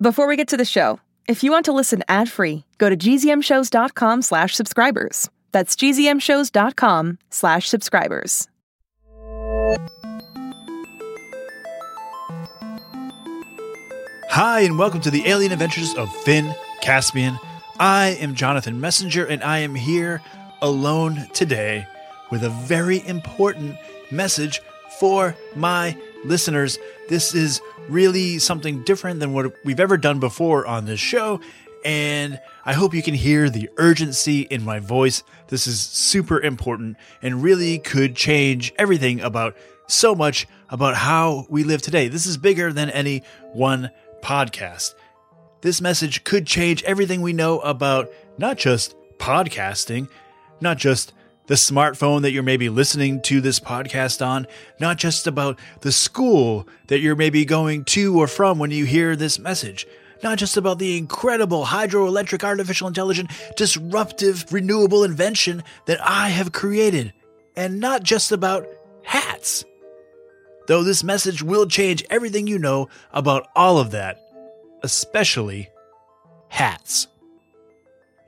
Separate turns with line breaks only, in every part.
Before we get to the show, if you want to listen ad-free, go to gzmshows.com slash subscribers. That's gzmshows.com slash subscribers.
Hi, and welcome to the Alien Adventures of Finn Caspian. I am Jonathan Messenger, and I am here alone today with a very important message for my listeners. This is really something different than what we've ever done before on this show, and I hope you can hear the urgency in my voice. This is super important and really could change everything about so much about how we live today. This is bigger than any one podcast. This message could change everything we know about not just podcasting, not just the smartphone that you're maybe listening to this podcast on, not just about the school that you're maybe going to or from when you hear this message, not just about the incredible hydroelectric artificial intelligent disruptive renewable invention that I have created, and not just about hats. Though this message will change everything you know about all of that, especially hats.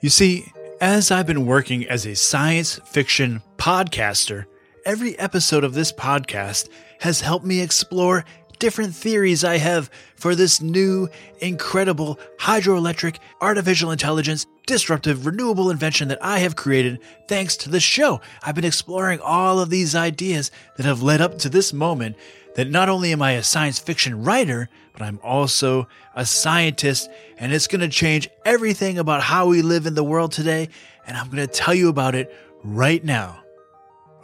You see, as I've been working as a science fiction podcaster, every episode of this podcast has helped me explore different theories I have for this new, incredible hydroelectric artificial intelligence disruptive renewable invention that I have created thanks to this show. I've been exploring all of these ideas that have led up to this moment that not only am I a science fiction writer, but I'm also a scientist, and it's going to change everything about how we live in the world today, and I'm going to tell you about it right now.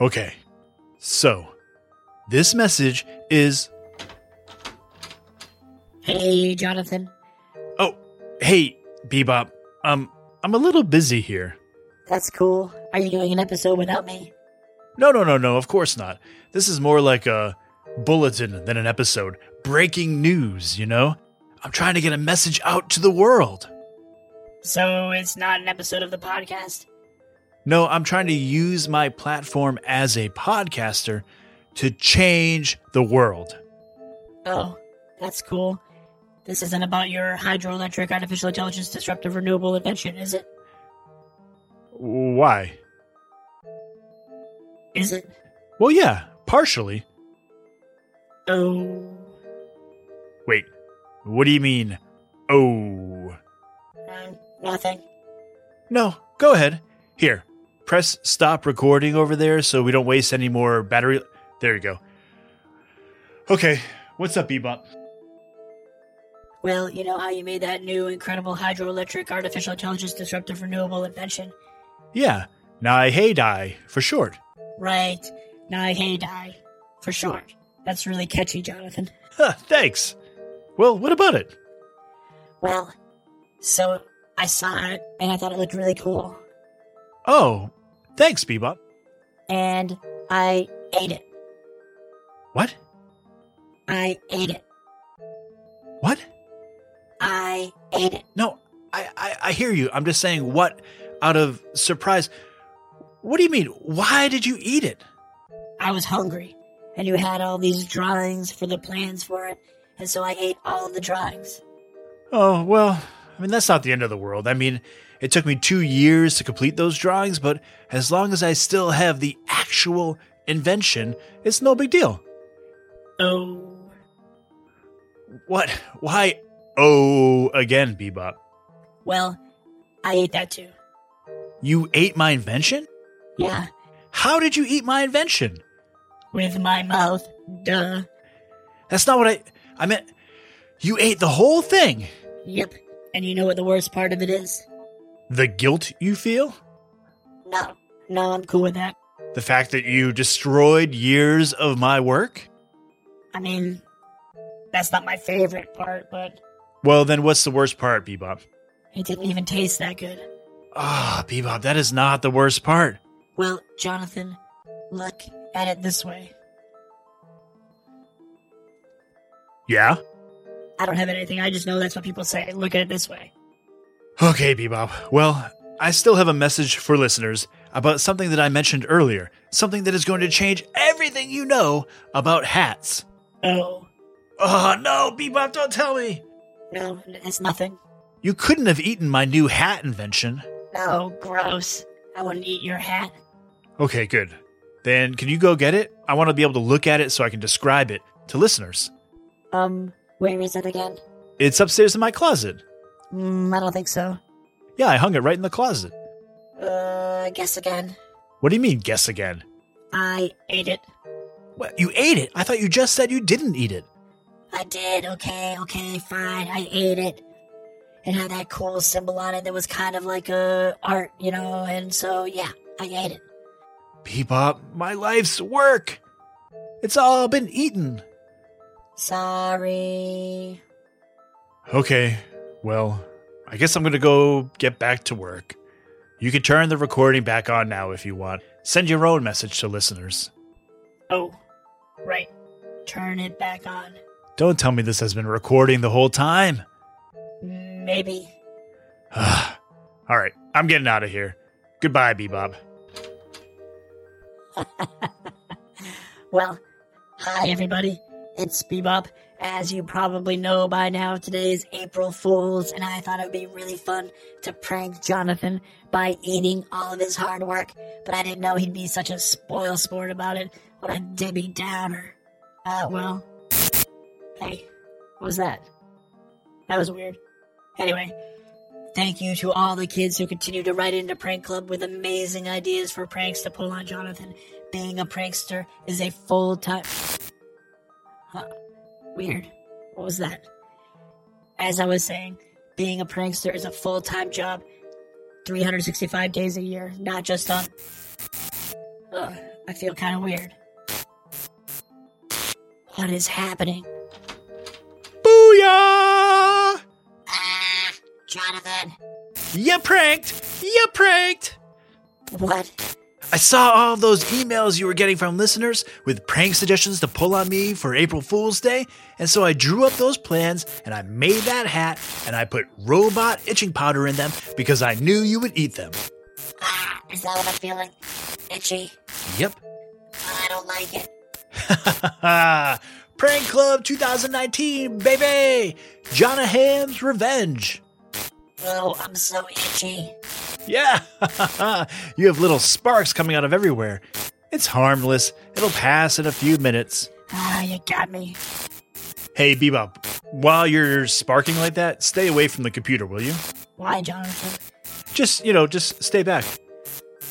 Okay, so this message is
Hey, Jonathan.
oh, hey, Bebop, um, I'm a little busy here.
That's cool. Are you doing an episode without me?
No, no, no, no, of course not. This is more like a bulletin than an episode. Breaking news, you know? I'm trying to get a message out to the world.
So it's not an episode of the podcast?
No, I'm trying to use my platform as a podcaster to change the world.
Oh, that's cool. This isn't about your hydroelectric artificial intelligence disruptive renewable invention, is it?
Why?
Is it?
Well, yeah, partially.
Oh,
Wait, what do you mean? Oh.
uh, nothing.
No, go ahead. Here, press stop recording over there so we don't waste any more battery. There you go. Okay, what's up, Bebop?
Well, you know how you made that new incredible hydroelectric artificial intelligence disruptive renewable invention?
Yeah, Nai Heidai for short.
Right. Nai hey die. For short. That's really catchy, Jonathan.
Huh, thanks. Well, what about it?
Well, so I saw it and I thought it looked really cool.
Oh, thanks, Bebop.
and I ate it.
What?
I ate it.
What?
I ate it.
No, I, I, I hear you. I'm just saying what out of surprise. What do you mean? Why did you eat it?
I was hungry, and you had all these drawings for the plans for it, and so I ate all of the drawings.
Oh, well, I mean, that's not the end of the world. I mean, it took me two years to complete those drawings, but as long as I still have the actual invention, it's no big deal.
Oh,
What? Why? Oh, again, Bebop.
well, I ate that too.
You ate my invention?
Yeah,
How did you eat my invention?
with my mouth. Duh.
That's not what I. I meant. You ate the whole thing.
Yep. And you know what the worst part of it is?
The guilt you feel?
No. No, I'm cool with that.
The fact that you destroyed years of my work?
I mean, that's not my favorite part, but
Well, then what's the worst part, Bebop?
it didn't even taste that good.
Ah, Bebop, that is not the worst part.
Well, Jonathan, look at it this way.
Yeah?
I don't have anything. I just know that's what people say. Look at it this way.
Okay, Bebop. Well, I still have a message for listeners about something that I mentioned earlier, something that is going to change everything you know about hats. Ah,
Oh,
Oh, no, Bebop, don't tell me!
No, it's nothing.
You couldn't have eaten my new hat invention.
No, gross. I wouldn't eat your hat.
Okay, good. Then can you go get it? I want to be able to look at it so I can describe it to listeners.
Um, where is it again?
It's upstairs in my closet.
Mm, I don't think so.
Yeah, I hung it right in the closet.
Uh, guess again.
What do you mean, guess again?
I ate it.
What, you ate it? I thought you just said you didn't eat it.
I did. Okay, okay, fine. I ate it. It had that cool symbol on it that was kind of like a art, you know. And so, yeah, I ate it.
Bebop, my life's work. It's all been eaten.
Sorry.
Okay, well, I guess I'm gonna go get back to work. You can turn the recording back on now if you want. Send your own message to listeners.
Oh, right. Turn it back on.
Don't tell me this has been recording the whole time.
Maybe.
all right, I'm getting out of here. Goodbye, Bebop.
Well, hi everybody. It's Bebop. As you probably know by now, today is April Fool's, and I thought it would be really fun to prank Jonathan by eating all of his hard work, but I didn't know he'd be such a spoil sport about it. What a Debbie Downer. Uh, well. Hey, what was that? That was weird. Anyway, thank you to all the kids who continue to write into Prank Club with amazing ideas for pranks to pull on Jonathan. Being a prankster is a full time. Huh. Weird. What was that? As I was saying, being a prankster is a full time job, 365 days a year, not just on. Ugh, I feel kind of weird. What is happening?
Booyah!
Ah, Jonathan.
You pranked! You pranked!
What?
I saw all those emails you were getting from listeners with prank suggestions to pull on me for April Fool's Day, and so I drew up those plans and I made that hat and I put robot itching powder in them because I knew you would eat them.
Ah, is that what I'm feeling? Itchy. Oh,
Yep.
I don't like it.
Prank Club 2019, baby! Jonaham's Revenge.
Oh, I'm so itchy.
Yeah, you have little sparks coming out of everywhere. It's harmless. It'll pass in a few minutes.
Ah, you got me.
Hey, Bebop, while you're sparking like that, stay away from the computer, will you?
Why, Jonathan?
Just, you know, just stay back.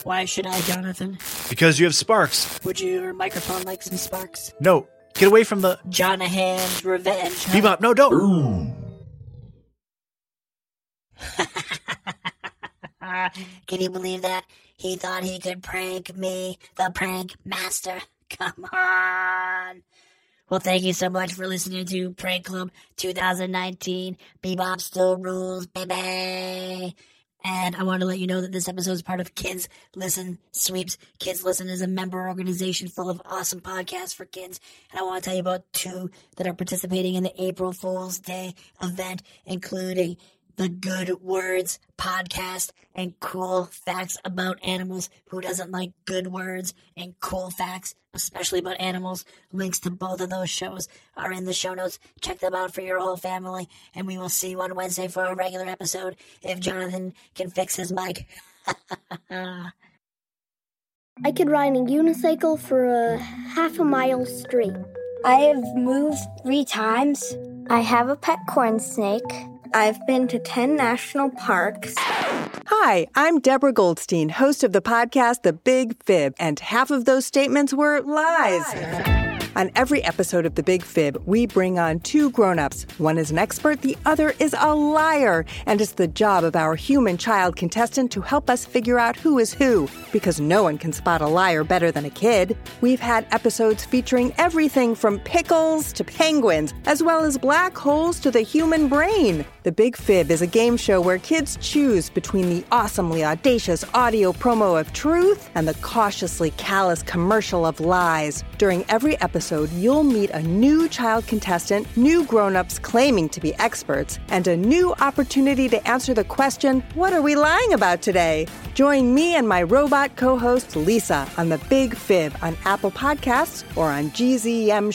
Why should I, Jonathan?
Because you have sparks.
Would your microphone like some sparks?
No, get away from the.
Jonahan's revenge. huh?
Bebop, no, don't!
Ah, Can you believe that? He thought he could prank me, the prank master. Come on. Well, thank you so much for listening to Prank Club 2019. Bebop still rules, baby. And I want to let you know that this episode is part of Kids Listen Sweeps. Kids Listen is a member organization full of awesome podcasts for kids. And I want to tell you about two that are participating in the April Fool's Day event, including the Good Words podcast and cool facts about animals. Who doesn't like good words and cool facts, especially about animals? Links to both of those shows are in the show notes. Check them out for your whole family, and we will see you on Wednesday for a regular episode if Jonathan can fix his mic.
I could ride a unicycle for a half a mile straight.
I have moved three times.
I have a pet corn snake.
I've been to 10 national parks.
Hi, I'm Deborah Goldstein, host of the podcast The Big Fib, and half of those statements were lies. On every episode of The Big Fib, we bring on two grown-ups. One is an expert, the other is a liar, and it's the job of our human child contestant to help us figure out who is who, because no one can spot a liar better than a kid. We've had episodes featuring everything from pickles to penguins, as well as black holes to the human brain. The Big Fib is a game show where kids choose between the awesomely audacious audio promo of truth and the cautiously callous commercial of lies. During every episode, you'll meet a new child contestant, new grown ups claiming to be experts, and a new opportunity to answer the question What are we lying about today? Join me and my robot co host Lisa on The Big Fib on Apple Podcasts or on gzmshows.com.